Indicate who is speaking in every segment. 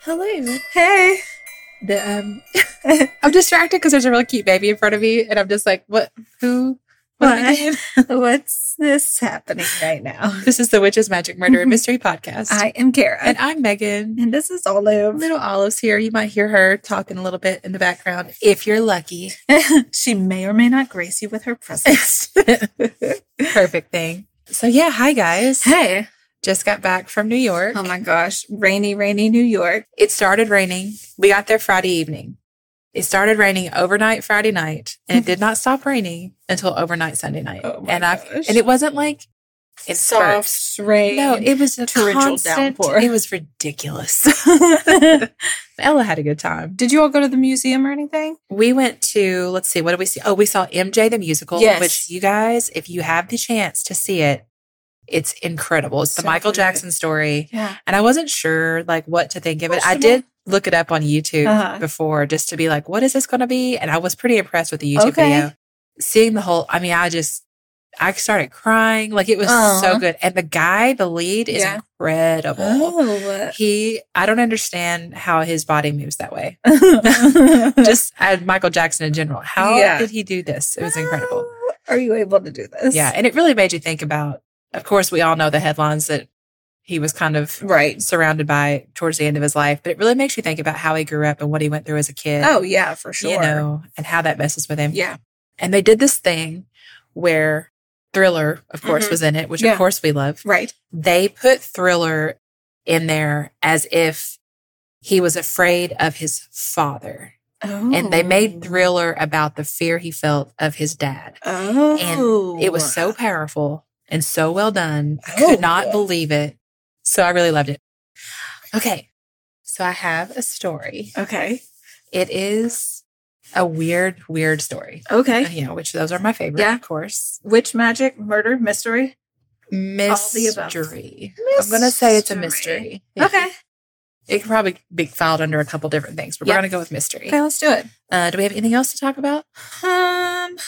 Speaker 1: Hello.
Speaker 2: Hey.
Speaker 1: The, um, I'm distracted because there's a really cute baby in front of me, and I'm just like, what? Who? What? am I
Speaker 2: What?
Speaker 1: doing?
Speaker 2: What's this happening right now?
Speaker 1: This is the Witch's Magic Murder and
Speaker 2: Mhm.
Speaker 1: Mystery Podcast,
Speaker 2: I am Kara.
Speaker 1: and I'm Megan.
Speaker 2: And this is Olive.
Speaker 1: Little Olive's here. You might hear her talking a little bit in the background if you're lucky.
Speaker 2: she may or may not grace you with her presence.
Speaker 1: Perfect thing. So yeah, hi guys.
Speaker 2: hey.
Speaker 1: Just got back from New York.
Speaker 2: Oh my gosh. Rainy, rainy New York.
Speaker 1: It started raining. We got there Friday evening. It started raining overnight Friday night, and it did not stop raining until overnight Sunday night.
Speaker 2: Oh my
Speaker 1: and I
Speaker 2: gosh.
Speaker 1: and it wasn't like it
Speaker 2: Soft
Speaker 1: soft.
Speaker 2: rain.
Speaker 1: No, it was a
Speaker 2: torrential
Speaker 1: constant.
Speaker 2: downpour.
Speaker 1: It was ridiculous. Ella had a good time.
Speaker 2: Did you all go to the museum or anything?
Speaker 1: We went to let's see, what did we see? Oh, we saw MJ the musical,
Speaker 2: Yes.
Speaker 1: which you guys, if you have the chance to see it, it's incredible. It's the
Speaker 2: So
Speaker 1: Michael
Speaker 2: good.
Speaker 1: Jackson story.
Speaker 2: Yeah.
Speaker 1: And I wasn't sure like what to think of it. I
Speaker 2: Questionable.
Speaker 1: did look it up on YouTube
Speaker 2: Uh-huh.
Speaker 1: before just to be like, what is this going to be? And I was pretty impressed with the YouTube
Speaker 2: Okay.
Speaker 1: video. Seeing the whole, I mean, I just, I started crying. Like it was so
Speaker 2: Aw.
Speaker 1: good. And the guy, the lead is
Speaker 2: Yeah.
Speaker 1: incredible.
Speaker 2: Oh.
Speaker 1: He, I don't understand how his body moves that way. Just uh, Michael Jackson in general. How
Speaker 2: Uh-huh. Yeah.
Speaker 1: did he do this? It was incredible.
Speaker 2: Are you able to do this?
Speaker 1: Yeah. And it really made you think about, of course, we all know the headlines that he was kind of
Speaker 2: Right.
Speaker 1: surrounded by towards the end of his life, but it really makes you think about how he grew up and what he went through as a kid.
Speaker 2: Oh, yeah, for sure.
Speaker 1: you know, and how that messes with him.
Speaker 2: Yeah.
Speaker 1: And they did this thing where Thriller, of course,
Speaker 2: Mhm.
Speaker 1: was in it, which
Speaker 2: Yeah.
Speaker 1: of course we love.
Speaker 2: Right.
Speaker 1: They put Thriller in there as if he was afraid of his father.
Speaker 2: Oh.
Speaker 1: And they made Thriller about the fear he felt of his dad.
Speaker 2: Oh.
Speaker 1: It was so powerful and so well done. I
Speaker 2: Oh.
Speaker 1: could not believe it. So I really loved it. Okay. So I have a story.
Speaker 2: Okay.
Speaker 1: It is a weird, weird story.
Speaker 2: Okay.
Speaker 1: You know, which those are my favorite,
Speaker 2: Yeah.
Speaker 1: of course.
Speaker 2: Witch magic, murder, mystery. the above.
Speaker 1: Mystery. I'm going to say it's a
Speaker 2: Mystery.
Speaker 1: mystery. Yeah.
Speaker 2: Okay.
Speaker 1: It could probably be filed under a couple different things, but
Speaker 2: Yeah.
Speaker 1: we're going to go with mystery.
Speaker 2: Okay, let's do it.
Speaker 1: Uh, do we have anything else to talk about?
Speaker 2: Um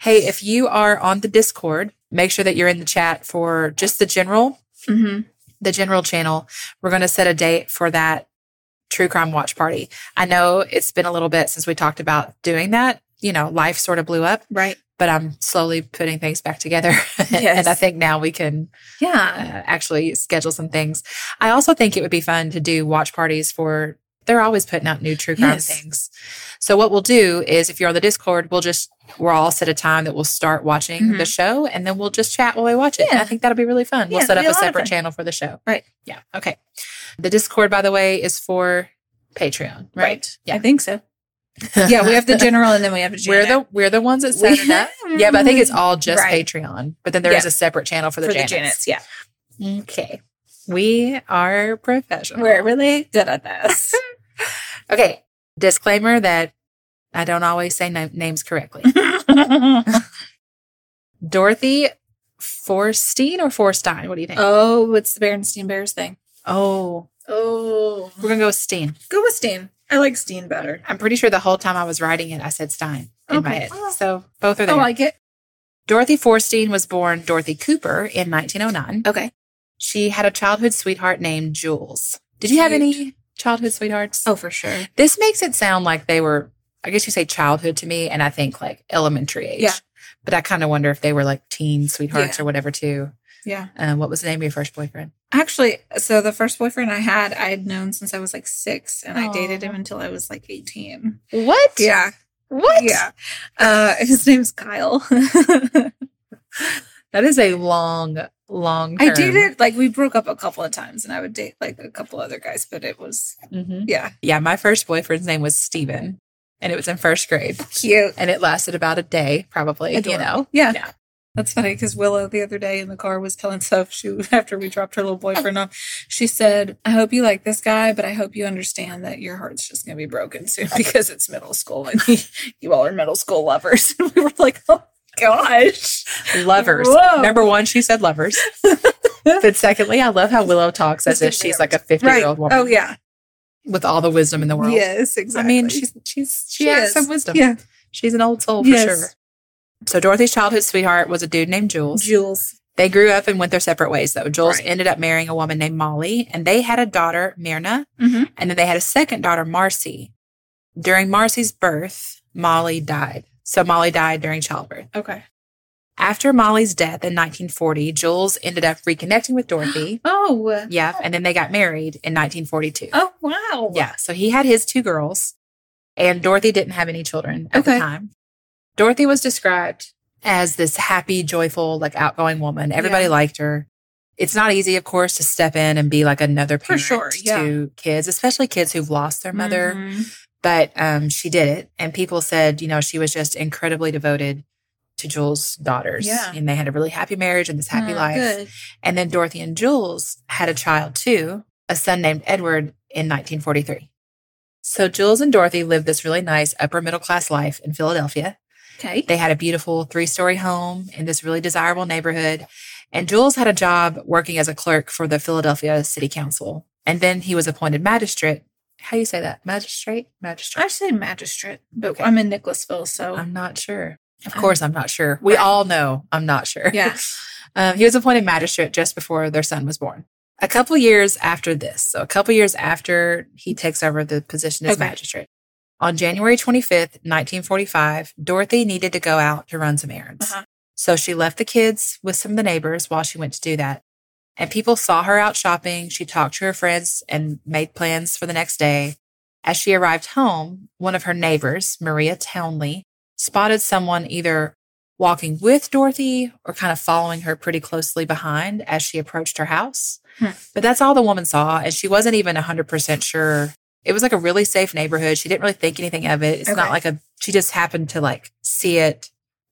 Speaker 1: Hey, if you are on the Discord, make sure that you're in the chat for just the general
Speaker 2: mhm.
Speaker 1: the general channel. We're going to set a date for that true crime watch party. I know it's been a little bit since we talked about doing that. You know, life sort of blew up,
Speaker 2: right.
Speaker 1: but I'm slowly putting things back together.
Speaker 2: Yes.
Speaker 1: and I think now we can uh,
Speaker 2: Yeah.
Speaker 1: actually schedule some things. I also think it would be fun to do watch parties for, they're always putting out new true crime
Speaker 2: Yes.
Speaker 1: things. So, what we'll do is if you're on the Discord, we'll just, we're all set a time that we'll start watching
Speaker 2: Mhm.
Speaker 1: the show and then we'll just chat while we watch it. And I
Speaker 2: Yeah.
Speaker 1: think that'll be really fun.
Speaker 2: Yeah,
Speaker 1: we'll set
Speaker 2: it'll
Speaker 1: up
Speaker 2: be a
Speaker 1: a
Speaker 2: lot of
Speaker 1: separate
Speaker 2: fun.
Speaker 1: channel for the show.
Speaker 2: Right.
Speaker 1: Yeah. Okay. The Discord, by the way, is for Patreon, right?
Speaker 2: I
Speaker 1: Yeah.
Speaker 2: think so. Yeah, we have the general and then we have the
Speaker 1: We're
Speaker 2: janitor.
Speaker 1: the we're the ones that
Speaker 2: We-
Speaker 1: set it up. Yeah, but I think it's all just
Speaker 2: Right.
Speaker 1: Patreon. But then there is
Speaker 2: Yeah.
Speaker 1: a separate channel for the,
Speaker 2: for the
Speaker 1: Janets.
Speaker 2: janets. Yeah.
Speaker 1: Okay. We are professional.
Speaker 2: We're really good at this.
Speaker 1: okay. Disclaimer that I don't always say na- names correctly. Dorothy Forstein or Forstein? What do you think?
Speaker 2: oh, it's the Berenstein Bears thing.
Speaker 1: oh,
Speaker 2: Oh.
Speaker 1: we're going to go with Steen.
Speaker 2: Go with Steen. I like Steen better.
Speaker 1: I'm pretty sure the whole time I was writing it, I said Stein in my
Speaker 2: Okay.
Speaker 1: head. So both are there.
Speaker 2: Oh, I like it.
Speaker 1: Dorothy Forstein was born Dorothy Cooper in 1909.
Speaker 2: Okay.
Speaker 1: She had a childhood sweetheart named Jules. Did you have
Speaker 2: Cute.
Speaker 1: any childhood sweethearts?
Speaker 2: Oh, for sure.
Speaker 1: This makes it sound like they were, I guess you say childhood to me, and I think like elementary age.
Speaker 2: Yeah.
Speaker 1: But I kind of wonder if they were like teen sweethearts
Speaker 2: Yeah.
Speaker 1: or whatever, too.
Speaker 2: Yeah.
Speaker 1: Um, what was the name of your first boyfriend?
Speaker 2: Actually, so the first boyfriend I had, I had known since I was like six, and I
Speaker 1: Aw.
Speaker 2: dated him until I was like 18.
Speaker 1: What?
Speaker 2: Yeah.
Speaker 1: What?
Speaker 2: Yeah. Uh, his name's Kyle.
Speaker 1: That is a long, long
Speaker 2: I
Speaker 1: term.
Speaker 2: dated, like, we broke up a couple of times, and I would date like a couple other guys, but it was,
Speaker 1: Mhm.
Speaker 2: yeah,
Speaker 1: Yeah. My first boyfriend's name was Steven, and it was in first grade,
Speaker 2: cute.
Speaker 1: and it lasted about a day, probably, you
Speaker 2: Adorable.
Speaker 1: know?
Speaker 2: Yeah.
Speaker 1: Yeah.
Speaker 2: That's funny because Willow the other day in the car was telling stuff. She after we dropped her little boyfriend off, she said, "I hope you like this guy, but I hope you understand that your heart's just gonna be broken soon because it's middle school and you all are middle school lovers." And we were like, "Oh gosh,
Speaker 1: Lovers.
Speaker 2: Whoa.
Speaker 1: Number one, she said lovers. but secondly, I love how Willow talks as if she's like a 50 year old woman
Speaker 2: Oh yeah,
Speaker 1: with all the wisdom in the world.
Speaker 2: yes, exactly.
Speaker 1: I mean, she's she's she,
Speaker 2: She
Speaker 1: has
Speaker 2: is.
Speaker 1: some wisdom.
Speaker 2: yeah,
Speaker 1: She's an old soul for
Speaker 2: Yes.
Speaker 1: sure. So Dorothy's childhood sweetheart was a dude named Jules.
Speaker 2: Jules.
Speaker 1: They grew up and went their separate ways, though. Jules
Speaker 2: Right.
Speaker 1: ended up marrying a woman named Molly, and they had a daughter, Myrna,
Speaker 2: Mhm.
Speaker 1: and then they had a second daughter, Marcy. During Marcy's birth, Molly died. So Molly died during childbirth.
Speaker 2: Okay.
Speaker 1: After Molly's death in 1940, Jules ended up reconnecting with Dorothy.
Speaker 2: Oh.
Speaker 1: yeah, and then they got married in 1942.
Speaker 2: Oh wow.
Speaker 1: Yeah. So he had his two girls, and Dorothy didn't have any children at
Speaker 2: Okay.
Speaker 1: the time. Dorothy was described as this happy, joyful, like outgoing woman. Everybody
Speaker 2: Yeah.
Speaker 1: liked her. It's not easy, of course, to step in and be like another
Speaker 2: For
Speaker 1: parent
Speaker 2: sure, yeah.
Speaker 1: to kids, especially kids who've lost their mother.
Speaker 2: Mhm.
Speaker 1: But um, she did it. And people said, you know, she was just incredibly devoted to Jules' daughters.
Speaker 2: Yeah.
Speaker 1: And they had a really happy marriage and this happy
Speaker 2: Oh,
Speaker 1: life.
Speaker 2: Good.
Speaker 1: And then Dorothy and Jules had a child too, a son named Edward in 1943. So Jules and Dorothy lived this really nice upper middle class life in Philadelphia.
Speaker 2: Okay.
Speaker 1: They had a beautiful three story home in this really desirable neighborhood. And Jules had a job working as a clerk for the Philadelphia City Council. And then he was appointed magistrate. How do you say that? Magistrate? Magistrate.
Speaker 2: I say magistrate, but
Speaker 1: Okay.
Speaker 2: I'm in Nicholasville, so
Speaker 1: I'm not sure. Of
Speaker 2: I'm-
Speaker 1: course, I'm not sure. We
Speaker 2: Right.
Speaker 1: all know I'm not sure.
Speaker 2: yeah.
Speaker 1: Um, he was appointed magistrate just before their son was born. A couple years after this, so a couple years after he takes over the position as
Speaker 2: Okay.
Speaker 1: magistrate, on January 25th, 1945, Dorothy needed to go out to run some errands.
Speaker 2: Uh-huh.
Speaker 1: So she left the kids with some of the neighbors while she went to do that. And people saw her out shopping. She talked to her friends and made plans for the next day. As she arrived home, one of her neighbors, Maria Townley, spotted someone either walking with Dorothy or kind of following her pretty closely behind as she approached her house.
Speaker 2: Hmm.
Speaker 1: But that's all the woman saw. And she wasn't even 100% sure. It was like a really safe neighborhood. She didn't really think anything of it. It's not
Speaker 2: Okay.
Speaker 1: like a, she just happened to like see it.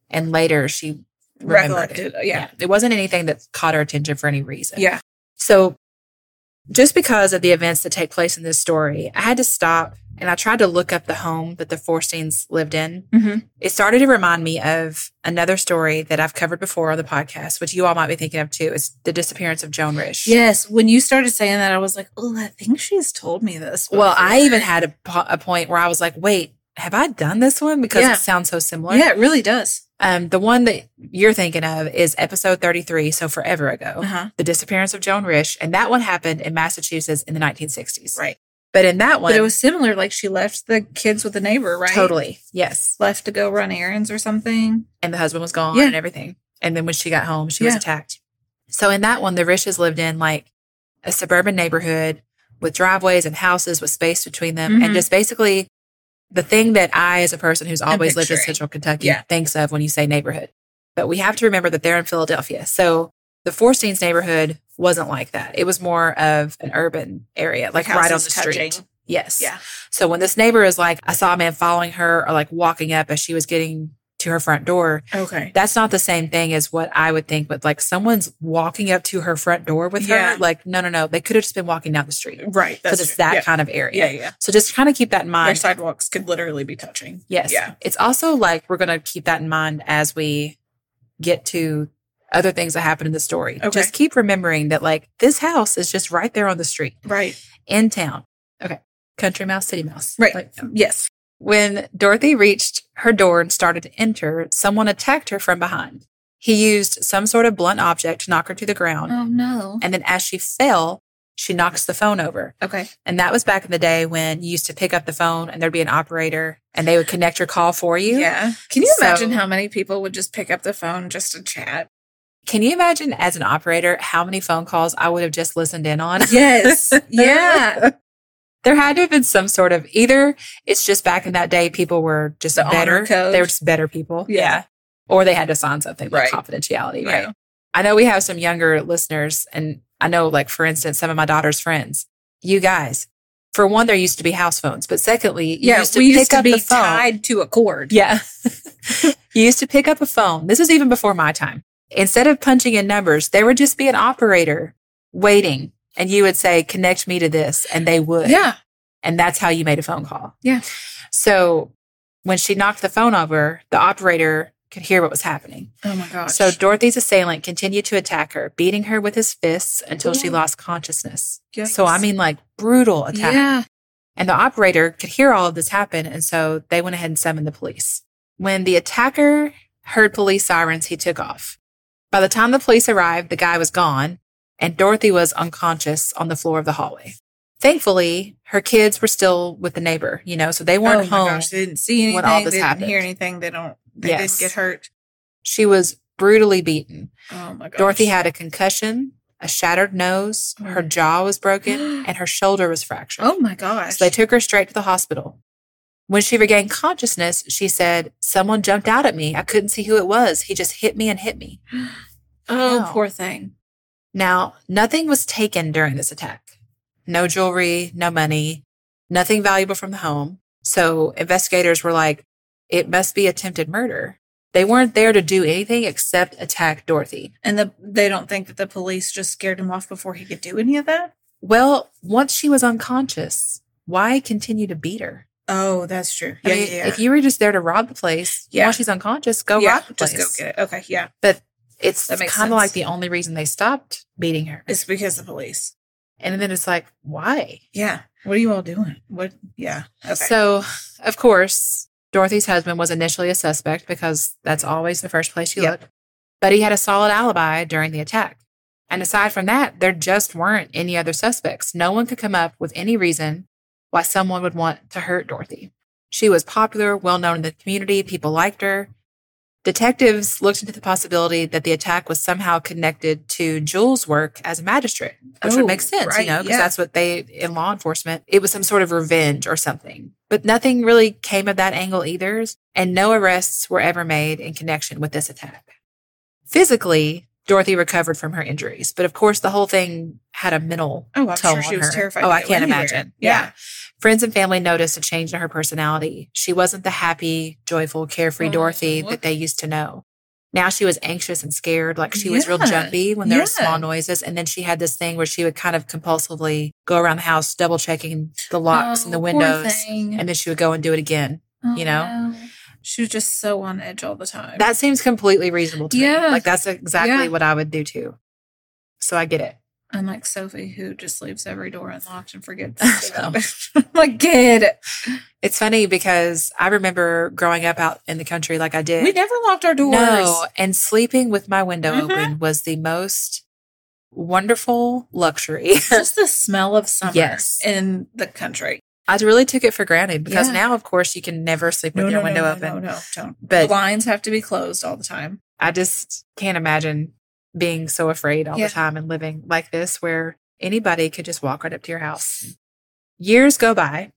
Speaker 1: And later she remembered it.
Speaker 2: Recollected. uh, Yeah.
Speaker 1: It wasn't anything that caught her attention for any reason.
Speaker 2: Yeah.
Speaker 1: So, just because of the events that take place in this story, I had to stop and I tried to look up the home that the Forsteins lived in.
Speaker 2: hmm
Speaker 1: It started to remind me of another story that I've covered before on the podcast, which you all might be thinking of too. It's the disappearance of Joan Risch.
Speaker 2: Yes. When you started saying that, I was like, oh, I think she's told me this.
Speaker 1: Well, I
Speaker 2: before."
Speaker 1: even had a, po- a point where I was like, wait, have I done this one? Because
Speaker 2: Yeah.
Speaker 1: it sounds so similar.
Speaker 2: Yeah, it really does.
Speaker 1: Um, the one that you're thinking of is episode 33, so forever ago.
Speaker 2: Uh-huh.
Speaker 1: the disappearance of Joan Risch, and that one happened in Massachusetts in the 1960s.
Speaker 2: Right.
Speaker 1: But in that Oh, one,
Speaker 2: But it was similar. Like she left the kids with a neighbor, right?
Speaker 1: totally yes,
Speaker 2: Left to go run errands or something.
Speaker 1: and the husband was gone
Speaker 2: Yeah.
Speaker 1: and everything. And then when she got home, she was
Speaker 2: Yeah.
Speaker 1: attacked. So in that one, the Rishes lived in like a suburban neighborhood with driveways and houses with space between them,
Speaker 2: Mhm.
Speaker 1: and just basically the thing that I, as a person who's always lived in
Speaker 2: picturing.
Speaker 1: Central Kentucky,
Speaker 2: Yeah.
Speaker 1: thinks of when you say neighborhood. But we have to remember that they're in Philadelphia, so the Forsteins neighborhood wasn't like that. It was more of an urban area, like right on the
Speaker 2: houses
Speaker 1: street.
Speaker 2: touching.
Speaker 1: Yes.
Speaker 2: Yeah.
Speaker 1: So when this neighbor is like, I saw a man following her or like walking up as she was getting to her front door,
Speaker 2: Okay.
Speaker 1: that's not the same thing as what I would think, but like someone's walking up to her front door with
Speaker 2: Yeah.
Speaker 1: her. Like, no, no, no. They could have just been walking down the street
Speaker 2: Right.
Speaker 1: because
Speaker 2: That's
Speaker 1: it's that
Speaker 2: yeah.
Speaker 1: kind of area.
Speaker 2: Yeah, yeah.
Speaker 1: So just kind of keep that in
Speaker 2: Their
Speaker 1: mind.
Speaker 2: sidewalks could literally be touching.
Speaker 1: yes.
Speaker 2: Yeah.
Speaker 1: It's also like we're going to keep that in mind as we get to other things that happen in the story.
Speaker 2: Okay.
Speaker 1: Just keep remembering that like this house is just right there on the street
Speaker 2: Right.
Speaker 1: in town. Okay. Country mouse, city mouse.
Speaker 2: Right.
Speaker 1: Like,
Speaker 2: Yes.
Speaker 1: When Dorothy reached her door and started to enter, someone attacked her from behind. He used some sort of blunt object to knock her to the
Speaker 2: Mm.
Speaker 1: ground.
Speaker 2: Oh, no.
Speaker 1: And then as she fell, she knocks the phone over.
Speaker 2: Okay.
Speaker 1: And that was back in the day when you used to pick up the phone and there'd be an operator and they would connect your call for you.
Speaker 2: Yeah. Can you
Speaker 1: So-
Speaker 2: imagine how many people would just pick up the phone just to chat?
Speaker 1: Can you imagine as an operator how many phone calls I would have just listened in on?
Speaker 2: Yes. yeah.
Speaker 1: There had to have been some sort of either it's just back in that day people were just
Speaker 2: The honor
Speaker 1: better.
Speaker 2: code.
Speaker 1: They were just better people.
Speaker 2: Yeah.
Speaker 1: Or they had to sign something like
Speaker 2: Right.
Speaker 1: confidentiality, right?
Speaker 2: Yeah.
Speaker 1: I know we have some younger listeners, and I know, like, for instance, some of my daughter's friends, you guys, for one, there used to be house phones, but secondly, you
Speaker 2: Yeah,
Speaker 1: used to
Speaker 2: we
Speaker 1: pick
Speaker 2: used to
Speaker 1: up
Speaker 2: be
Speaker 1: the phone.
Speaker 2: tied to a cord.
Speaker 1: Yeah. you used to pick up a phone. This is even before my time. Instead of punching in numbers, there would just be an operator waiting, and you would say, connect me to this, and they would.
Speaker 2: Yeah.
Speaker 1: And that's how you made a phone call.
Speaker 2: Yeah.
Speaker 1: So when she knocked the phone over, the operator could hear what was happening.
Speaker 2: Oh my gosh.
Speaker 1: So Dorothy's assailant continued to attack her, beating her with his fists until she
Speaker 2: Ooh.
Speaker 1: lost consciousness.
Speaker 2: Yikes.
Speaker 1: So I mean, like brutal attack.
Speaker 2: yeah.
Speaker 1: And the operator could hear all of this happen, and so they went ahead and summoned the police. When the attacker heard police sirens, he took off. By the time the police arrived, the guy was gone and Dorothy was unconscious on the floor of the hallway. Thankfully, her kids were still with the neighbor, you know, so they weren't
Speaker 2: oh my
Speaker 1: home.
Speaker 2: gosh, they didn't see anything.
Speaker 1: when all this
Speaker 2: they didn't
Speaker 1: happened.
Speaker 2: hear anything. They don't. They
Speaker 1: Yes.
Speaker 2: didn't get hurt.
Speaker 1: She was brutally beaten.
Speaker 2: Oh my gosh.
Speaker 1: Dorothy had a concussion, a shattered nose,
Speaker 2: Oh.
Speaker 1: her jaw was broken, and her shoulder was fractured.
Speaker 2: Oh my gosh.
Speaker 1: So they took her straight to the hospital. When she regained consciousness, she said, Someone jumped out at me. I couldn't see who it was. He just hit me and hit me.
Speaker 2: oh,
Speaker 1: No.
Speaker 2: poor thing.
Speaker 1: Now, nothing was taken during this attack no jewelry, no money, nothing valuable from the home. So investigators were like, It must be attempted murder. They weren't there to do anything except attack Dorothy.
Speaker 2: And the, they don't think that the police just scared him off before he could do any of that.
Speaker 1: Well, once she was unconscious, why continue to beat her?
Speaker 2: Oh, that's true.
Speaker 1: I
Speaker 2: Yeah,
Speaker 1: mean,
Speaker 2: yeah, yeah.
Speaker 1: If you were just there to rob the place
Speaker 2: Yeah.
Speaker 1: while she's unconscious, go
Speaker 2: yeah,
Speaker 1: rob the place.
Speaker 2: just go get it. Okay, yeah.
Speaker 1: It's
Speaker 2: That makes
Speaker 1: kind of like
Speaker 2: sense.
Speaker 1: the only reason they stopped beating her.
Speaker 2: It's because the police.
Speaker 1: And then it's like, why?
Speaker 2: Yeah. What are you all doing? What? Yeah. Okay.
Speaker 1: So, of course, Dorothy's husband was initially a suspect because that's always the first place you
Speaker 2: Yep.
Speaker 1: look. But he had a solid alibi during the attack. And aside from that, there just weren't any other suspects. No one could come up with any reason why someone would want to hurt Dorothy. She was popular, well known in the community, people liked her. Detectives looked into the possibility that the attack was somehow connected to Jules' work as a magistrate, which
Speaker 2: Oh,
Speaker 1: would make sense,
Speaker 2: right,
Speaker 1: you know, because
Speaker 2: yeah.
Speaker 1: that's what they in law enforcement. It was some sort of revenge or something, but nothing really came of that angle either, and no arrests were ever made in connection with this attack. Physically, Dorothy recovered from her injuries, but of course, the whole thing had a mental
Speaker 2: oh, I'm
Speaker 1: toll
Speaker 2: sure she
Speaker 1: on
Speaker 2: was
Speaker 1: her.
Speaker 2: terrified.
Speaker 1: Oh,
Speaker 2: to
Speaker 1: I
Speaker 2: go
Speaker 1: can't
Speaker 2: anywhere.
Speaker 1: imagine.
Speaker 2: Yeah.
Speaker 1: Friends and family noticed a change in her personality. She wasn't the happy, joyful, carefree
Speaker 2: Oh,
Speaker 1: Dorothy
Speaker 2: what-
Speaker 1: that they used to know. Now she was anxious and scared. Like she was real
Speaker 2: Yeah.
Speaker 1: jumpy when there were
Speaker 2: Yeah.
Speaker 1: small noises. And then she had this thing where she would kind of compulsively go around the house, double checking the locks and the
Speaker 2: Oh, poor
Speaker 1: windows.
Speaker 2: thing.
Speaker 1: And then she would go and do it again.
Speaker 2: Oh,
Speaker 1: you know?
Speaker 2: no. She was just so on edge all the time.
Speaker 1: That seems completely reasonable to
Speaker 2: Yeah.
Speaker 1: me. Like that's exactly
Speaker 2: Yeah.
Speaker 1: what I would do too. So I get it.
Speaker 2: Unlike Sophie, who just leaves every door unlocked and forgets.
Speaker 1: I know.
Speaker 2: My kid.
Speaker 1: It's funny because I remember growing up out in the country like I did.
Speaker 2: We never locked our doors.
Speaker 1: No, and sleeping with my window
Speaker 2: Mhm.
Speaker 1: open was the most wonderful luxury.
Speaker 2: just the smell of summer
Speaker 1: Yes.
Speaker 2: in the country.
Speaker 1: I really took it for granted because
Speaker 2: Yeah.
Speaker 1: now, of course, you can never sleep with your window
Speaker 2: no,
Speaker 1: open.
Speaker 2: No, no, don't.
Speaker 1: But
Speaker 2: Blinds have to be closed all the time.
Speaker 1: I just can't imagine being so afraid all
Speaker 2: Yeah.
Speaker 1: the time and living like this where anybody could just walk right up to your house. Years go by.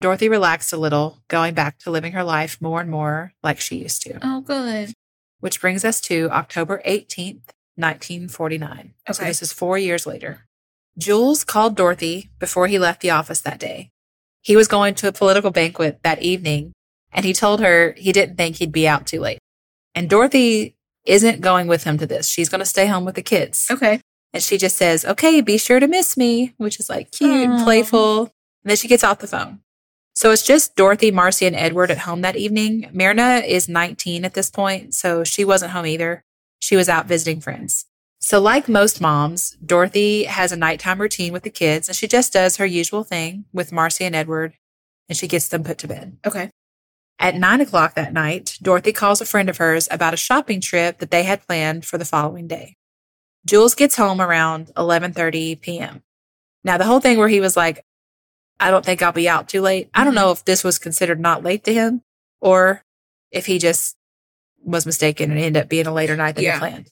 Speaker 1: Dorothy relaxed a little, going back to living her life more and more like she used to,
Speaker 2: Oh, good.
Speaker 1: which brings us to October 18th, 1949. So
Speaker 2: Okay.
Speaker 1: this is four years later. Jules called Dorothy before he left the office that day. He was going to a political banquet that evening, and he told her he didn't think he'd be out too late. And Dorothy isn't going with him to this. She's going to stay home with the kids.
Speaker 2: Okay.
Speaker 1: And she just says, okay, be sure to miss me, which is like cute and
Speaker 2: Aw.
Speaker 1: playful. And then she gets off the phone. So it's just Dorothy, Marcy, and Edward at home that evening. Myrna is 19 at this point, so she wasn't home either. She was out visiting friends. So, like most moms, Dorothy has a nighttime routine with the kids, and she just does her usual thing with Marcy and Edward, and she gets them put to bed.
Speaker 2: Okay.
Speaker 1: At nine o'clock that night, Dorothy calls a friend of hers about a shopping trip that they had planned for the following day. Jules gets home around 11:30 p.m. Now the whole thing where he was like, "I don't think I'll be out too late." I don't
Speaker 2: Mm-hmm.
Speaker 1: know if this was considered not late to him, or if he just was mistaken and ended up being a later night than
Speaker 2: Yeah.
Speaker 1: he planned.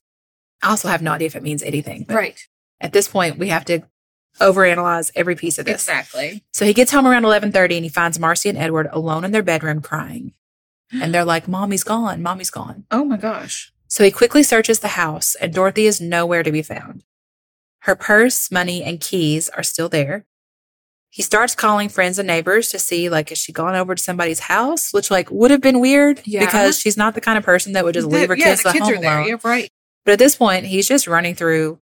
Speaker 1: I also have no idea if it means anything. But
Speaker 2: Right.
Speaker 1: At this point, we have to overanalyze every piece of this.
Speaker 2: Exactly.
Speaker 1: So he gets home around 11:30 and he finds Marcy and Edward alone in their bedroom crying. And they're like, "Mommy's gone. Mommy's gone."
Speaker 2: Oh my gosh.
Speaker 1: So he quickly searches the house and Dorothy is nowhere to be found. Her purse, money, and keys are still there. He starts calling friends and neighbors to see like is she gone over to somebody's house, which like would have been weird
Speaker 2: Yeah.
Speaker 1: because she's not the kind of person that would just leave her
Speaker 2: yeah,
Speaker 1: kids
Speaker 2: the
Speaker 1: at
Speaker 2: kids
Speaker 1: home
Speaker 2: are there.
Speaker 1: alone.
Speaker 2: Yeah, right.
Speaker 1: But at this point, he's just running through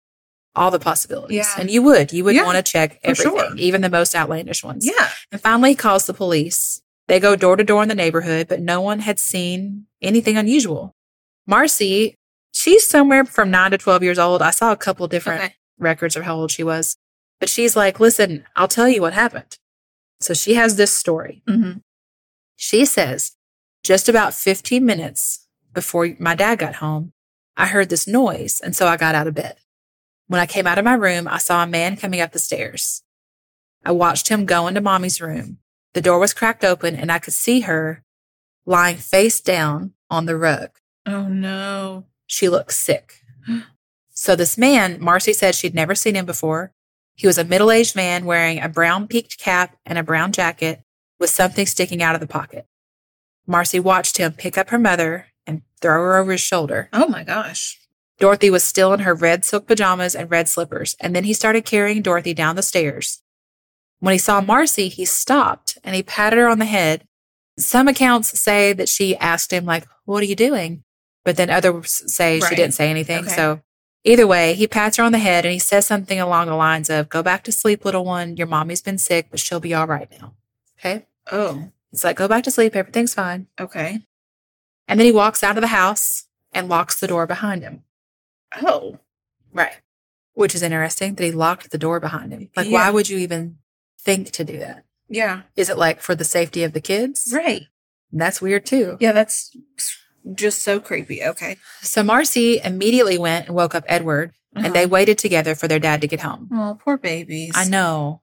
Speaker 1: all the possibilities.
Speaker 2: Yeah.
Speaker 1: And you would, you would
Speaker 2: Yeah,
Speaker 1: want to check
Speaker 2: for
Speaker 1: everything,
Speaker 2: sure.
Speaker 1: even the most outlandish ones.
Speaker 2: Yeah.
Speaker 1: And finally, he calls the police. They go door to door in the neighborhood, but no one had seen anything unusual. Marcy, she's somewhere from nine to 12 years old. I saw a couple different
Speaker 2: Okay.
Speaker 1: records of how old she was, but she's like, listen, I'll tell you what happened. So she has this story.
Speaker 2: Mm-hmm.
Speaker 1: She says, just about 15 minutes before my dad got home, I heard this noise, and so I got out of bed. When I came out of my room, I saw a man coming up the stairs. I watched him go into mommy's room. The door was cracked open, and I could see her lying face down on the rug.
Speaker 2: Oh no.
Speaker 1: She looked sick. So, this man, Marcy said she'd never seen him before. He was a middle aged man wearing a brown peaked cap and a brown jacket with something sticking out of the pocket. Marcy watched him pick up her mother and throw her over his shoulder.
Speaker 2: Oh my gosh.
Speaker 1: Dorothy was still in her red silk pajamas and red slippers, and then he started carrying Dorothy down the stairs. When he saw Marcy, he stopped and he patted her on the head. Some accounts say that she asked him, like, what are you doing? But then others say she
Speaker 2: Right.
Speaker 1: didn't say anything.
Speaker 2: Okay.
Speaker 1: So either way, he pats her on the head and he says something along the lines of, go back to sleep, little one. Your mommy's been sick, but she'll be all right now. Okay.
Speaker 2: Oh,
Speaker 1: It's like, go back to sleep. Everything's fine.
Speaker 2: okay.
Speaker 1: And then he walks out of the house and locks the door behind him.
Speaker 2: Oh,
Speaker 1: Right. Which is interesting that he locked the door behind him. Like,
Speaker 2: Yeah.
Speaker 1: why would you even think to do that?
Speaker 2: yeah.
Speaker 1: Is it like for the safety of the kids?
Speaker 2: Right.
Speaker 1: That's weird too.
Speaker 2: Yeah, that's just so creepy. Okay.
Speaker 1: So Marcy immediately went and woke up Edward, and
Speaker 2: Uh-huh.
Speaker 1: they waited together for their dad to get home.
Speaker 2: Oh, poor babies.
Speaker 1: I know.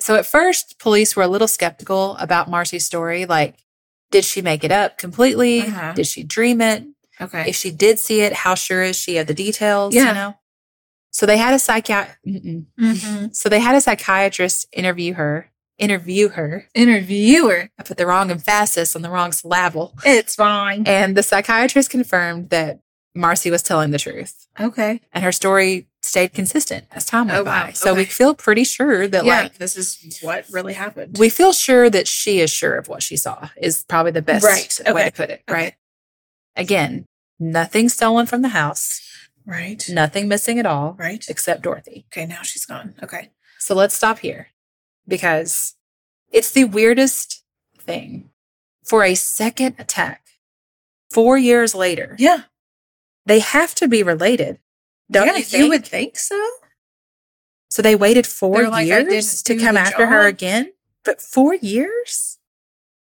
Speaker 1: So at first, police were a little skeptical about Marcy's story. Like, did she make it up completely?
Speaker 2: Uh-huh.
Speaker 1: Did she dream it?
Speaker 2: okay.
Speaker 1: If she did see it, how sure is she of the details?
Speaker 2: Yeah.
Speaker 1: You know. So they had a psychiatrist.
Speaker 2: hmm
Speaker 1: So they had a psychiatrist interview her. Interview her.
Speaker 2: Interviewer.
Speaker 1: I put the wrong emphasis on the wrong syllable.
Speaker 2: It's fine.
Speaker 1: And the psychiatrist confirmed that Marcy was telling the truth
Speaker 2: Okay.
Speaker 1: and her story stayed consistent as time went
Speaker 2: Oh, wow.
Speaker 1: by. So we
Speaker 2: Okay.
Speaker 1: feel pretty sure that
Speaker 2: yeah,
Speaker 1: like
Speaker 2: this is what really happened.
Speaker 1: we feel sure that she is sure of what she saw is probably the best
Speaker 2: Right.
Speaker 1: way
Speaker 2: Okay.
Speaker 1: to put it,
Speaker 2: Okay.
Speaker 1: right? Again, nothing stolen from the house,
Speaker 2: right.
Speaker 1: nothing missing at all,
Speaker 2: Right.
Speaker 1: except Dorothy.
Speaker 2: Okay, now she's gone. Okay.
Speaker 1: So let's stop here because it's the weirdest thing. For a second attack, four years later,
Speaker 2: Yeah.
Speaker 1: they have to be related, don't
Speaker 2: yeah,
Speaker 1: you think?
Speaker 2: would think so.
Speaker 1: so they waited 4
Speaker 2: They're like, I
Speaker 1: years
Speaker 2: didn't
Speaker 1: to
Speaker 2: do
Speaker 1: come
Speaker 2: the
Speaker 1: after her
Speaker 2: job.
Speaker 1: again, but four years?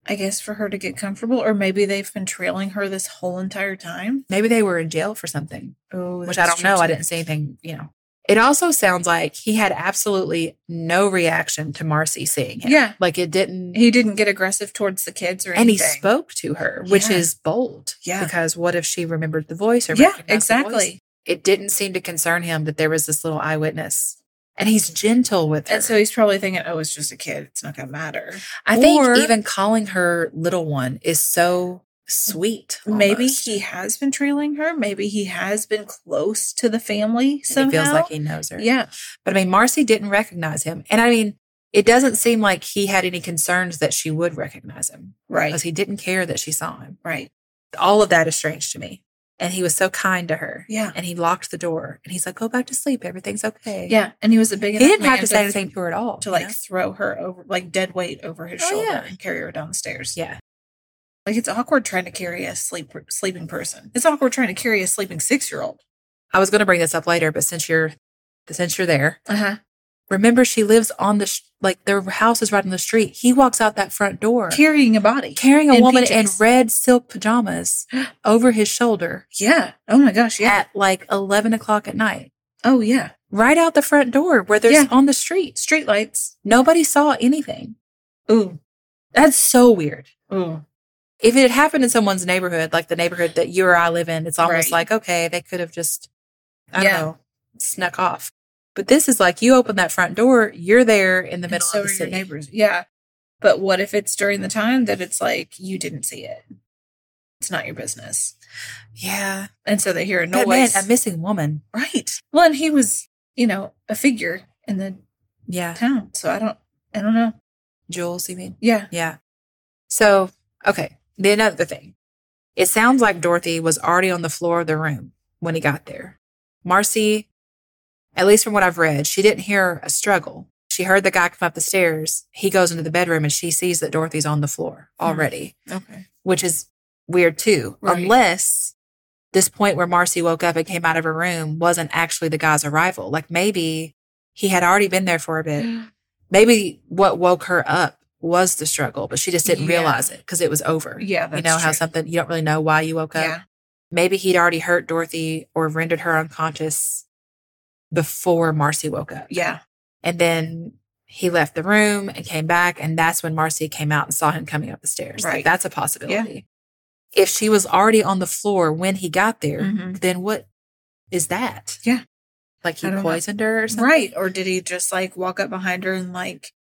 Speaker 2: I guess for her to get comfortable, or maybe they've been trailing her this whole entire time.
Speaker 1: Maybe they were in jail for something,
Speaker 2: Oh,
Speaker 1: which I
Speaker 2: that's
Speaker 1: don't
Speaker 2: true,
Speaker 1: know. I
Speaker 2: too.
Speaker 1: didn't see anything, you know. It also sounds like he had absolutely no reaction to Marcy seeing him.
Speaker 2: Yeah.
Speaker 1: Like it didn't.
Speaker 2: He didn't get aggressive towards the kids or
Speaker 1: and he
Speaker 2: anything.
Speaker 1: spoke to her, which
Speaker 2: Yeah.
Speaker 1: is bold.
Speaker 2: Yeah.
Speaker 1: Because what if she remembered the voice or
Speaker 2: Yeah,
Speaker 1: recognized the voice?
Speaker 2: exactly.
Speaker 1: It didn't seem to concern him that there was this little eyewitness. And he's gentle with her.
Speaker 2: And so he's probably thinking, "Oh, it's just a kid. It's not gonna matter."
Speaker 1: I think
Speaker 2: Or-
Speaker 1: even calling her little one is so sweet.
Speaker 2: Maybe
Speaker 1: almost.
Speaker 2: he has been trailing her. Maybe he has been close to the family
Speaker 1: And
Speaker 2: somehow.
Speaker 1: He feels like he knows her.
Speaker 2: yeah,
Speaker 1: But I mean, Marcy didn't recognize him. And I mean, it doesn't seem like he had any concerns that she would recognize him
Speaker 2: right,
Speaker 1: because he didn't care that she saw him.
Speaker 2: right,
Speaker 1: All of that is strange to me. And he was so kind to her.
Speaker 2: yeah,
Speaker 1: And he locked the door and he's like, go back to sleep. Everything's okay.
Speaker 2: yeah. And he was a big.
Speaker 1: He
Speaker 2: enough
Speaker 1: didn't have
Speaker 2: man
Speaker 1: to say anything to her at all.
Speaker 2: to
Speaker 1: you
Speaker 2: like
Speaker 1: know?
Speaker 2: throw her over, like dead weight over his
Speaker 1: Oh,
Speaker 2: shoulder
Speaker 1: yeah.
Speaker 2: and carry her down the stairs.
Speaker 1: Yeah.
Speaker 2: Like it's awkward trying to carry a sleep sleeping person. It's awkward trying to carry a sleeping six year old.
Speaker 1: I was going to bring this up later, but since you're, since you're there,
Speaker 2: Uh huh.
Speaker 1: remember she lives on the, sh- like their house is right on the street. He walks out that front door
Speaker 2: Carrying a body.
Speaker 1: carrying a
Speaker 2: in
Speaker 1: woman in
Speaker 2: PJs.
Speaker 1: red silk pajamas over his shoulder.
Speaker 2: Yeah. Oh my gosh. Yeah.
Speaker 1: at like 11 o'clock at night,
Speaker 2: Oh yeah.
Speaker 1: right out the front door where there's
Speaker 2: Yeah.
Speaker 1: on the street.
Speaker 2: Street lights.
Speaker 1: Nobody saw anything.
Speaker 2: Ooh.
Speaker 1: That's so weird.
Speaker 2: Ooh.
Speaker 1: If it had happened in someone's neighborhood, like the neighborhood that you or I live in, it's almost
Speaker 2: Right.
Speaker 1: like, okay, they could have just, I
Speaker 2: Yeah.
Speaker 1: don't know, snuck off. But this is like you open that front door, you're there in the middle
Speaker 2: so
Speaker 1: of the
Speaker 2: are your
Speaker 1: city.
Speaker 2: neighbors. Yeah. But what if it's during the time that it's like you didn't see it? It's not your business.
Speaker 1: Yeah.
Speaker 2: And so they hear a
Speaker 1: But man,
Speaker 2: noise.
Speaker 1: a missing woman.
Speaker 2: right. Well, and he was, you know, a figure in the
Speaker 1: Yeah.
Speaker 2: town. So I don't I don't know.
Speaker 1: Jules, you mean?
Speaker 2: Yeah.
Speaker 1: Yeah. So, okay. Then another thing. It sounds like Dorothy was already on the floor of the room when he got there. Marcy, at least from what I've read, she didn't hear a struggle. She heard the guy come up the stairs. He goes into the bedroom and she sees that Dorothy's on the floor
Speaker 2: Hmm.
Speaker 1: already,
Speaker 2: Okay.
Speaker 1: which is weird too.
Speaker 2: Right.
Speaker 1: Unless this point where Marcy woke up and came out of her room wasn't actually the guy's arrival. Like maybe he had already been there for a bit maybe what woke her up was the struggle, but she just didn't
Speaker 2: Yeah.
Speaker 1: realize it because it was over.
Speaker 2: Yeah,
Speaker 1: you
Speaker 2: that's
Speaker 1: know how
Speaker 2: true.
Speaker 1: something you don't really know why you woke up.
Speaker 2: Yeah.
Speaker 1: Maybe he'd already hurt Dorothy or rendered her unconscious before Marcy woke up.
Speaker 2: Yeah.
Speaker 1: And then he left the room and came back. And that's when Marcy came out and saw him coming up the stairs. Like,
Speaker 2: Right.
Speaker 1: that's a possibility. If she was already on the floor when he got there,
Speaker 2: Mhm.
Speaker 1: then what is that?
Speaker 2: Yeah.
Speaker 1: Like he
Speaker 2: I don't know.
Speaker 1: poisoned her or something?
Speaker 2: Right. Or did he just like walk up behind her and like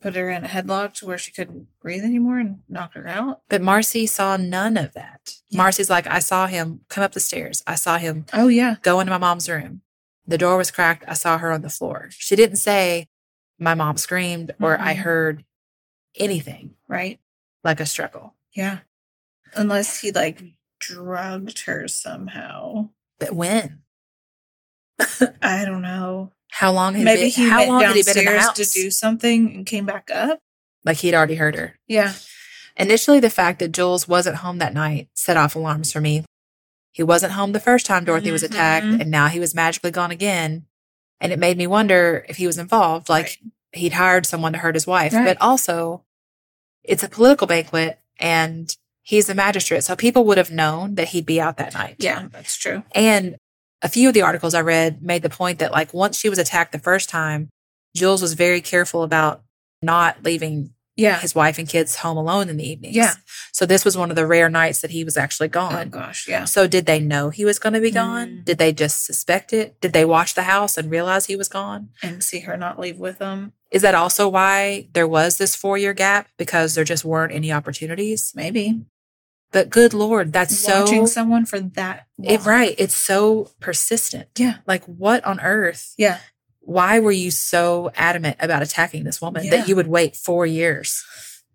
Speaker 2: put her in a headlock to where she couldn't breathe anymore and knock her out?
Speaker 1: But Marcy saw none of that.
Speaker 2: Yeah.
Speaker 1: Marcy's like, I saw him come up the stairs. I saw him
Speaker 2: Oh, yeah.
Speaker 1: go into my mom's room. The door was cracked. I saw her on the floor. She didn't say, My mom screamed or I
Speaker 2: Mhm.
Speaker 1: heard anything
Speaker 2: Right.
Speaker 1: like a struggle.
Speaker 2: Yeah. Unless he like drugged her somehow.
Speaker 1: But when?
Speaker 2: I don't know.
Speaker 1: How long had
Speaker 2: Maybe
Speaker 1: been-
Speaker 2: he
Speaker 1: how
Speaker 2: went
Speaker 1: long had he
Speaker 2: downstairs
Speaker 1: been in the house?
Speaker 2: to do something and came back up.
Speaker 1: like he'd already heard her.
Speaker 2: Yeah.
Speaker 1: Initially, the fact that Jules wasn't home that night set off alarms for me. He wasn't home the first time Dorothy was attacked,
Speaker 2: Mhm.
Speaker 1: and now he was magically gone again. And it made me wonder if he was involved, like
Speaker 2: Right.
Speaker 1: he'd hired someone to hurt his wife.
Speaker 2: Right.
Speaker 1: But also, it's a political banquet, and he's a magistrate. So people would have known that he'd be out that night.
Speaker 2: Yeah. That's true.
Speaker 1: And a few of the articles I read made the point that, like, once she was attacked the first time, Jules was very careful about not leaving
Speaker 2: Yeah.
Speaker 1: his wife and kids home alone in the evenings.
Speaker 2: Yeah.
Speaker 1: So this was one of the rare nights that he was actually
Speaker 2: Oh,
Speaker 1: gone.
Speaker 2: gosh. Yeah.
Speaker 1: so did they know he was going to be gone?
Speaker 2: Mm.
Speaker 1: Did they just suspect it? Did they watch the house and realize he was gone?
Speaker 2: And see her not leave with him.
Speaker 1: Is that also why there was this four year gap? Because there just weren't any opportunities.
Speaker 2: Maybe.
Speaker 1: But good Lord, that's
Speaker 2: Watching
Speaker 1: so
Speaker 2: someone for that.
Speaker 1: it,
Speaker 2: long.
Speaker 1: right. It's so persistent.
Speaker 2: Yeah.
Speaker 1: Like what on earth?
Speaker 2: Yeah.
Speaker 1: Why were you so adamant about attacking this woman
Speaker 2: Yeah.
Speaker 1: that you would wait four years?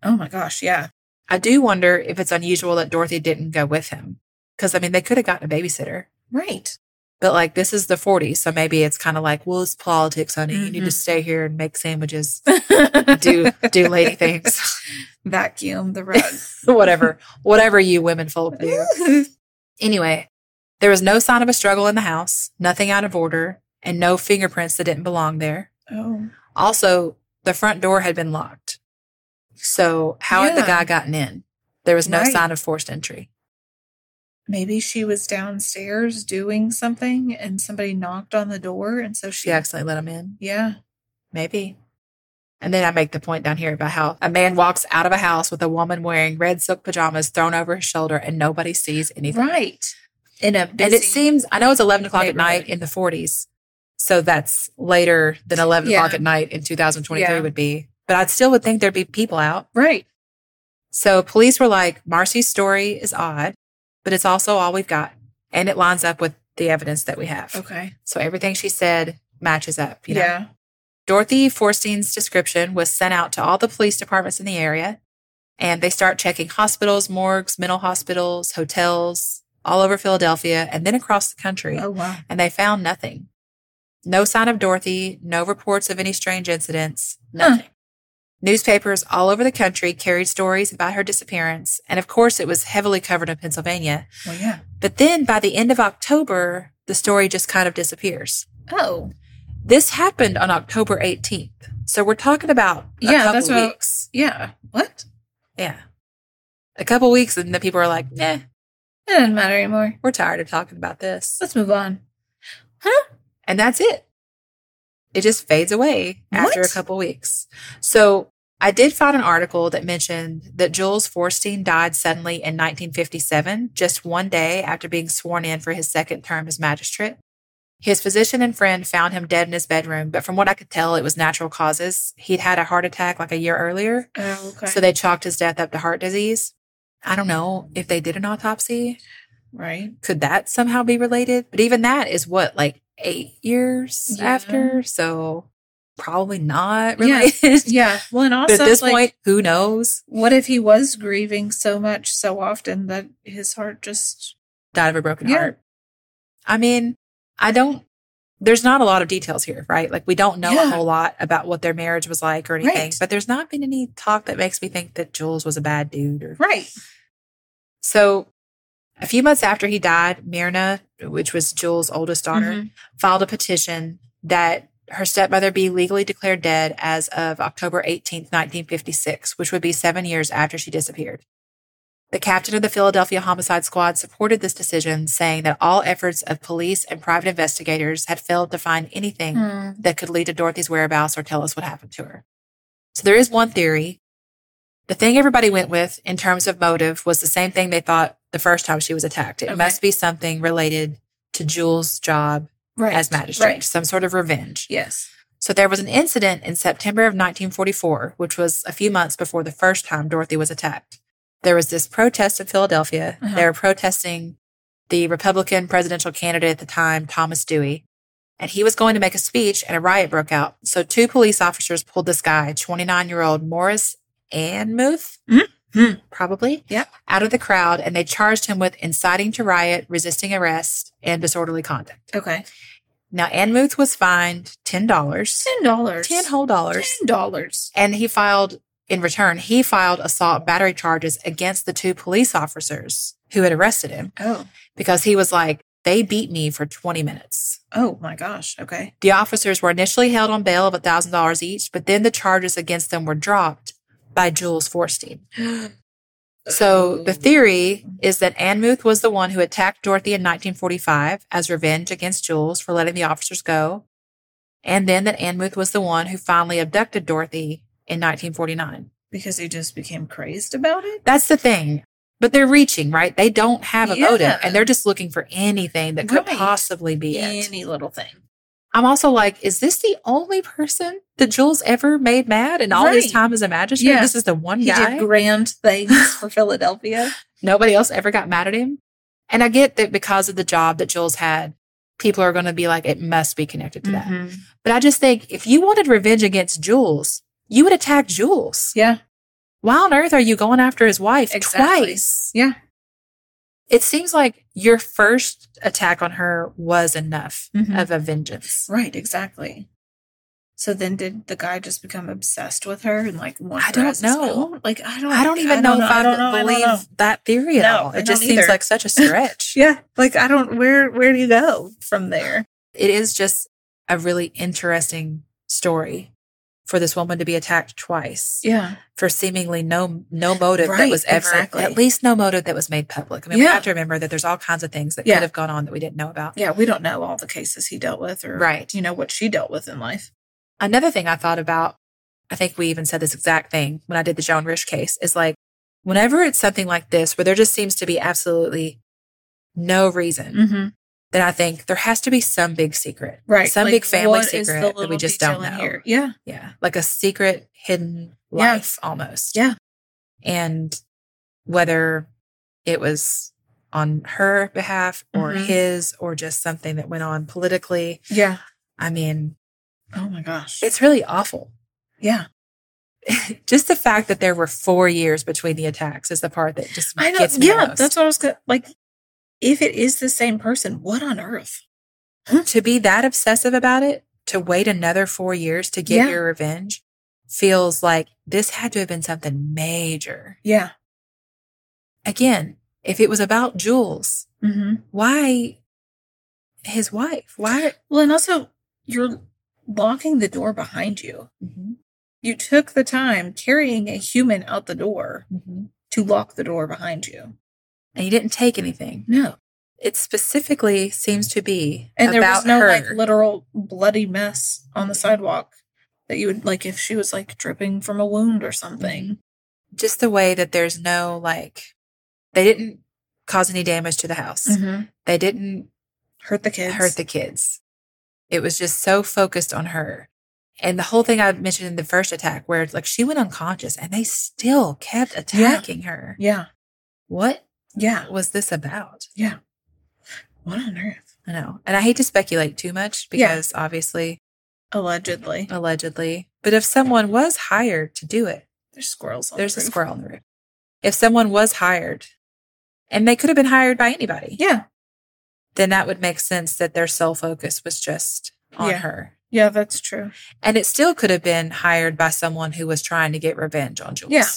Speaker 2: Oh my gosh. Yeah.
Speaker 1: I do wonder if it's unusual that Dorothy didn't go with him. Because, I mean, they could have gotten a babysitter,
Speaker 2: Right.
Speaker 1: but like this is the 40s. So maybe it's kind of like, well, it's politics, honey. You need to
Speaker 2: Mhm.
Speaker 1: stay here and make sandwiches,
Speaker 2: Do
Speaker 1: do, do lady things,
Speaker 2: vacuum the rug.
Speaker 1: whatever, whatever you women folk do. Anyway, there was no sign of a struggle in the house, nothing out of order, and no fingerprints that didn't belong there.
Speaker 2: oh.
Speaker 1: Also, the front door had been locked. So, how had the
Speaker 2: Yeah.
Speaker 1: guy gotten in? There was no
Speaker 2: Right.
Speaker 1: sign of forced entry.
Speaker 2: Maybe she was downstairs doing something and somebody knocked on the door and so she
Speaker 1: She accidentally let him in.
Speaker 2: Yeah.
Speaker 1: Maybe. And then I make the point down here about how a man walks out of a house with a woman wearing red silk pajamas thrown over his shoulder and nobody sees anything.
Speaker 2: Right. In a
Speaker 1: And it seems, I know it's 11 o'clock at night
Speaker 2: neighborhood.
Speaker 1: in the 40s. So that's later than 11
Speaker 2: Yeah.
Speaker 1: o'clock at night in 2023
Speaker 2: Yeah.
Speaker 1: would be. But I still would think there'd be people out.
Speaker 2: right.
Speaker 1: So police were like, Marcy's story is odd, but it's also all we've got. And it lines up with the evidence that we have.
Speaker 2: Okay.
Speaker 1: So everything she said matches up. You know?
Speaker 2: yeah.
Speaker 1: Dorothy Forstein's description was sent out to all the police departments in the area, and they start checking hospitals, morgues, mental hospitals, hotels, all over Philadelphia, and then across the country,
Speaker 2: Oh wow.
Speaker 1: and they found nothing. No sign of Dorothy, no reports of any strange incidents, nothing. Newspapers all over the country carried stories about her disappearance, and of course, it was heavily covered in Pennsylvania.
Speaker 2: Well yeah.
Speaker 1: But then by the end of October, the story just kind of disappears.
Speaker 2: Oh.
Speaker 1: This happened on October 18th. So we're talking about a
Speaker 2: Yeah,
Speaker 1: couple
Speaker 2: that's what-
Speaker 1: weeks.
Speaker 2: Yeah. What?
Speaker 1: Yeah. A couple weeks and the people are like, "Nah,
Speaker 2: It doesn't matter anymore.
Speaker 1: we're tired of talking about this."
Speaker 2: Let's move on.
Speaker 1: And that's it. It just fades away after
Speaker 2: What?
Speaker 1: a couple weeks. So I did find an article that mentioned that Jules Forstein died suddenly in 1957, just one day after being sworn in for his second term as magistrate. His physician and friend found him dead in his bedroom, but from what I could tell, it was natural causes. He'd had a heart attack like a year earlier,
Speaker 2: Oh, okay.
Speaker 1: so they chalked his death up to heart disease. I don't know if they did an autopsy.
Speaker 2: right.
Speaker 1: Could that somehow be related? But even that is what, like eight years
Speaker 2: Yeah.
Speaker 1: after? So probably not
Speaker 2: Yeah.
Speaker 1: related.
Speaker 2: Yeah. Well, and
Speaker 1: But
Speaker 2: also
Speaker 1: at this
Speaker 2: like,
Speaker 1: point, who knows?
Speaker 2: what if he was grieving so much so often that his heart just
Speaker 1: Died of a broken
Speaker 2: Yeah.
Speaker 1: heart. I mean, I don't, there's not a lot of details here, right? Like, we don't know a
Speaker 2: Yeah.
Speaker 1: whole lot about what their marriage was like or anything,
Speaker 2: Right.
Speaker 1: but there's not been any talk that makes me think that Jules was a bad dude or
Speaker 2: Right.
Speaker 1: So, a few months after he died, Myrna, which was Jules' oldest daughter, filed a petition that her stepmother be legally declared dead as of October 18th, 1956, which would be seven years after she disappeared. The captain of the Philadelphia Homicide Squad supported this decision, saying that all efforts of police and private investigators had failed to find anything
Speaker 2: Mm.
Speaker 1: that could lead to Dorothy's whereabouts or tell us what happened to her. So there is one theory. The thing everybody went with in terms of motive was the same thing they thought the first time she was attacked. It
Speaker 2: Okay.
Speaker 1: must be something related to Jules' job
Speaker 2: Right.
Speaker 1: as magistrate,
Speaker 2: Right.
Speaker 1: some sort of revenge.
Speaker 2: Yes.
Speaker 1: So there was an incident in September of 1944, which was a few months before the first time Dorothy was attacked. There was this protest in Philadelphia.
Speaker 2: Uh-huh.
Speaker 1: They were protesting the Republican presidential candidate at the time, Thomas Dewey. And he was going to make a speech and a riot broke out. So two police officers pulled this guy, 29 year old Morris Anmuth,
Speaker 2: Mhm. Mhm.
Speaker 1: probably,
Speaker 2: Yep.
Speaker 1: out of the crowd. And they charged him with inciting to riot, resisting arrest, and disorderly conduct.
Speaker 2: Okay.
Speaker 1: Now, Anmuth was fined $10.
Speaker 2: Ten dollars.
Speaker 1: 10 whole dollars.
Speaker 2: Ten dollars.
Speaker 1: And he filed, in return, he filed assault and battery charges against the two police officers who had arrested him
Speaker 2: Oh.
Speaker 1: because he was like, they beat me for 20 minutes.
Speaker 2: Oh my gosh. Okay.
Speaker 1: The officers were initially held on bail of $1,000 each, but then the charges against them were dropped by Jules Forstein. So the
Speaker 2: Oh.
Speaker 1: theory is that Anmuth was the one who attacked Dorothy in 1945 as revenge against Jules for letting the officers go, and then that Anmuth was the one who finally abducted Dorothy in 1949.
Speaker 2: because he just became crazed about it.
Speaker 1: That's the thing. But they're reaching, right? They don't have a
Speaker 2: Yeah.
Speaker 1: motive and they're just looking for anything that could
Speaker 2: Right.
Speaker 1: possibly be it.
Speaker 2: Any little thing.
Speaker 1: I'm also like, is this the only person that Jules ever made mad in all his
Speaker 2: Right.
Speaker 1: time as a magistrate?
Speaker 2: Yeah.
Speaker 1: This is the one
Speaker 2: He
Speaker 1: guy.
Speaker 2: did grand things for Philadelphia.
Speaker 1: Nobody else ever got mad at him. And I get that because of the job that Jules had, people are going to be like, it must be connected to
Speaker 2: Mm-hmm.
Speaker 1: that. But I just think if you wanted revenge against Jules, you would attack Jules.
Speaker 2: Yeah.
Speaker 1: Why on earth are you going after his wife
Speaker 2: Exactly.
Speaker 1: twice?
Speaker 2: Yeah.
Speaker 1: It seems like your first attack on her was enough
Speaker 2: Mhm.
Speaker 1: of a vengeance.
Speaker 2: Right. Exactly. So then, did the guy just become obsessed with her and like? Want
Speaker 1: I
Speaker 2: her
Speaker 1: don't
Speaker 2: as his
Speaker 1: know.
Speaker 2: own? Like I don't.
Speaker 1: I don't even know, if I,
Speaker 2: don't know, don't
Speaker 1: believe
Speaker 2: know.
Speaker 1: that theory at
Speaker 2: No,
Speaker 1: all.
Speaker 2: I
Speaker 1: It just
Speaker 2: don't
Speaker 1: seems
Speaker 2: either.
Speaker 1: like such a stretch.
Speaker 2: Yeah. Like I don't. Where Where do you go from there?
Speaker 1: It is just a really interesting story for this woman to be attacked twice
Speaker 2: Yeah.
Speaker 1: for seemingly no no motive that
Speaker 2: Right,
Speaker 1: was ever
Speaker 2: exactly.
Speaker 1: at least no motive that was made public. I mean, we
Speaker 2: Yeah.
Speaker 1: have to remember that there's all kinds of things that
Speaker 2: Yeah.
Speaker 1: could have gone on that we didn't know about.
Speaker 2: Yeah. We don't know all the cases he dealt with, or
Speaker 1: Right.
Speaker 2: You know what she dealt with in life.
Speaker 1: another thing I thought about, I think we even said this exact thing when I did the Joan Rish case, is like whenever it's something like this where there just seems to be absolutely no reason,
Speaker 2: Mm-hmm.
Speaker 1: then I think there has to be some big secret.
Speaker 2: Right.
Speaker 1: Some
Speaker 2: Like,
Speaker 1: big family
Speaker 2: what is the
Speaker 1: secret that we
Speaker 2: little
Speaker 1: just
Speaker 2: detail
Speaker 1: don't
Speaker 2: in
Speaker 1: know.
Speaker 2: here? Yeah.
Speaker 1: Yeah. Like a secret hidden
Speaker 2: Yeah.
Speaker 1: life almost.
Speaker 2: Yeah.
Speaker 1: And whether it was on her behalf or
Speaker 2: Mhm.
Speaker 1: his or just something that went on politically.
Speaker 2: Yeah.
Speaker 1: I mean,
Speaker 2: Oh my gosh.
Speaker 1: it's really awful.
Speaker 2: yeah.
Speaker 1: just the fact that there were four years between the attacks is the part that just
Speaker 2: I know.
Speaker 1: gets me
Speaker 2: yeah.
Speaker 1: the most.
Speaker 2: That's what I was going to like. If it is the same person, what on earth?
Speaker 1: to be that obsessive about it, to wait another four years to get
Speaker 2: Yeah.
Speaker 1: your revenge, feels like this had to have been something major.
Speaker 2: Yeah.
Speaker 1: Again, if it was about Jules,
Speaker 2: Mm-hmm.
Speaker 1: why his wife? Why?
Speaker 2: Well, and also you're locking the door behind you. You took the time carrying a human out the door to lock the door behind you.
Speaker 1: And he didn't take anything.
Speaker 2: No.
Speaker 1: It specifically seems to be
Speaker 2: And there
Speaker 1: about
Speaker 2: was no
Speaker 1: her.
Speaker 2: like literal bloody mess on the sidewalk that you would like if she was like dripping from a wound or something.
Speaker 1: just the way that there's no like they didn't cause any damage to the house
Speaker 2: Mm-hmm.
Speaker 1: they didn't
Speaker 2: Hurt the kids.
Speaker 1: Mm-hmm. hurt the kids it was just so focused on her and the whole thing i mentioned in the first attack where it's like she went unconscious and they still kept attacking her
Speaker 2: Yeah.
Speaker 1: what
Speaker 2: Yeah.
Speaker 1: was this about
Speaker 2: What on earth?
Speaker 1: i know and i hate to speculate too much
Speaker 2: Yeah.
Speaker 1: because obviously
Speaker 2: Allegedly.
Speaker 1: Oh. allegedly but if someone was hired to do it
Speaker 2: There's squirrels on
Speaker 1: there's
Speaker 2: the
Speaker 1: a
Speaker 2: roof.
Speaker 1: squirrel on the roof if someone was hired and they could have been hired by anybody
Speaker 2: Yeah.
Speaker 1: then that would make sense that their sole focus was just on
Speaker 2: Yeah.
Speaker 1: her.
Speaker 2: Yeah, that's true.
Speaker 1: And it still could have been hired by someone who was trying to get revenge on Jules.
Speaker 2: Yeah.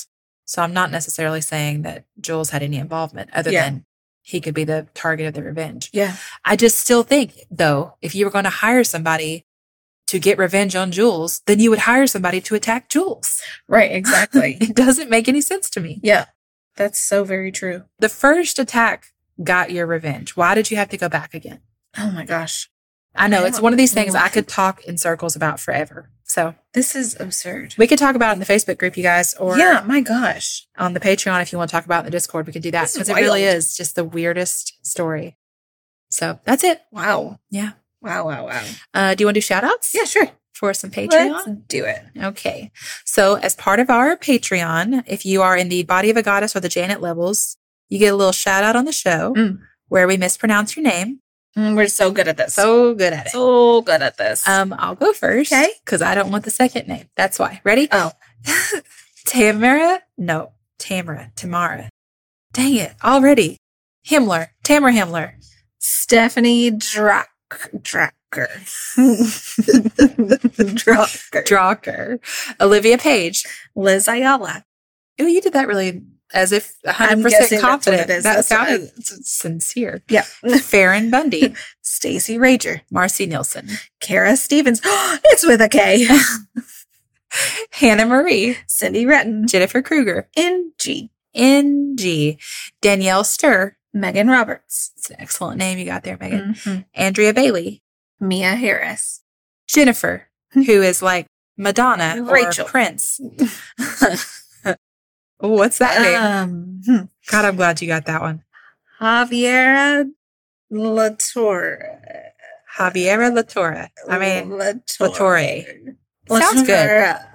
Speaker 1: So I'm not necessarily saying that Jules had any involvement other
Speaker 2: Yeah.
Speaker 1: than he could be the target of the revenge.
Speaker 2: Yeah.
Speaker 1: I just still think, though, if you were going to hire somebody to get revenge on Jules, then you would hire somebody to attack Jules.
Speaker 2: Right. Exactly.
Speaker 1: It doesn't make any sense to me.
Speaker 2: yeah. That's so very true.
Speaker 1: The first attack got your revenge. Why did you have to go back again?
Speaker 2: Oh my gosh.
Speaker 1: I know
Speaker 2: I
Speaker 1: it's
Speaker 2: don't
Speaker 1: one of these things
Speaker 2: know.
Speaker 1: I could talk in circles about forever. So
Speaker 2: This is absurd.
Speaker 1: we could talk about it in the Facebook group, you guys, or
Speaker 2: yeah. My gosh.
Speaker 1: on the Patreon if you want to talk about it in the Discord. We could do that
Speaker 2: This is
Speaker 1: because it really
Speaker 2: wild.
Speaker 1: is just the weirdest story. So that's it.
Speaker 2: Wow.
Speaker 1: Yeah.
Speaker 2: Wow. Wow. Wow.
Speaker 1: Uh, do you want to do shout outs?
Speaker 2: Yeah. Sure.
Speaker 1: For some Patreon?
Speaker 2: Let's do it.
Speaker 1: Okay. So, as part of our Patreon, if you are in the Body of a Goddess or the Janet levels, you get a little shout out on the show
Speaker 2: Mm.
Speaker 1: where we mispronounce your name.
Speaker 2: Mm, We're so good at this.
Speaker 1: So good at it.
Speaker 2: so good at this.
Speaker 1: Um, I'll go first.
Speaker 2: Okay.
Speaker 1: Because I don't want the second name. That's why. Ready?
Speaker 2: Oh.
Speaker 1: Tamara? No. Tamara. Tamara. Dang it. Already. Himmler. Tamara Himmler.
Speaker 2: Stephanie Drack Dracker. Dracker.
Speaker 1: Drocker. Olivia Page.
Speaker 2: Liz Ayala.
Speaker 1: Oh, you did that really as if 100%
Speaker 2: I'm guessing that's what
Speaker 1: confident.
Speaker 2: it is.
Speaker 1: That
Speaker 2: That's what
Speaker 1: sounded
Speaker 2: I-
Speaker 1: sincere.
Speaker 2: Yeah.
Speaker 1: Farron Bundy.
Speaker 2: Stacy Rager.
Speaker 1: Marcy Nielsen,
Speaker 2: Kara Stevens. it's with a K.
Speaker 1: Hannah Marie,
Speaker 2: Cindy Retton.
Speaker 1: Jennifer Kruger,
Speaker 2: NG.
Speaker 1: NG, Danielle Sturr.
Speaker 2: Megan Roberts.
Speaker 1: It's an excellent name you got there, Megan.
Speaker 2: Mm-hmm.
Speaker 1: Andrea Bailey,
Speaker 2: Mia Harris.
Speaker 1: Jennifer, who is like Madonna or
Speaker 2: Hmm. Rachel.
Speaker 1: Prince. Ooh, What's that name?
Speaker 2: um, hmm.
Speaker 1: God, I'm glad you got that one.
Speaker 2: Javiera Latour.
Speaker 1: Javiera Latora. I mean,
Speaker 2: Latour.
Speaker 1: Latore. Sounds good.
Speaker 2: Latoura.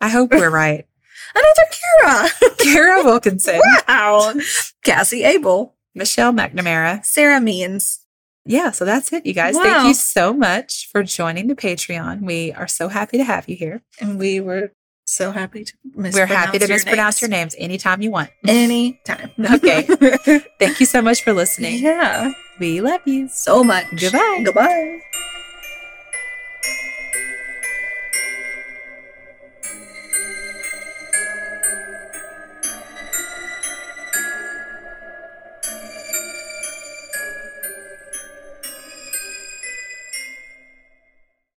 Speaker 1: I hope we're right.
Speaker 2: Another Kara.
Speaker 1: Kara Wilkinson,
Speaker 2: Wow. Cassie Abel.
Speaker 1: Michelle McNamara.
Speaker 2: Sarah Means.
Speaker 1: Yeah, so that's it, you guys. Thank
Speaker 2: Wow.
Speaker 1: you so much for joining the Patreon. We are so happy to have you here.
Speaker 2: And we were so happy to mispronounce
Speaker 1: We're happy to
Speaker 2: your
Speaker 1: mispronounce your
Speaker 2: names.
Speaker 1: names anytime you want.
Speaker 2: Anytime.
Speaker 1: Okay. Thank you so much for listening.
Speaker 2: yeah.
Speaker 1: We love you.
Speaker 2: So much.
Speaker 1: Goodbye.
Speaker 2: Goodbye.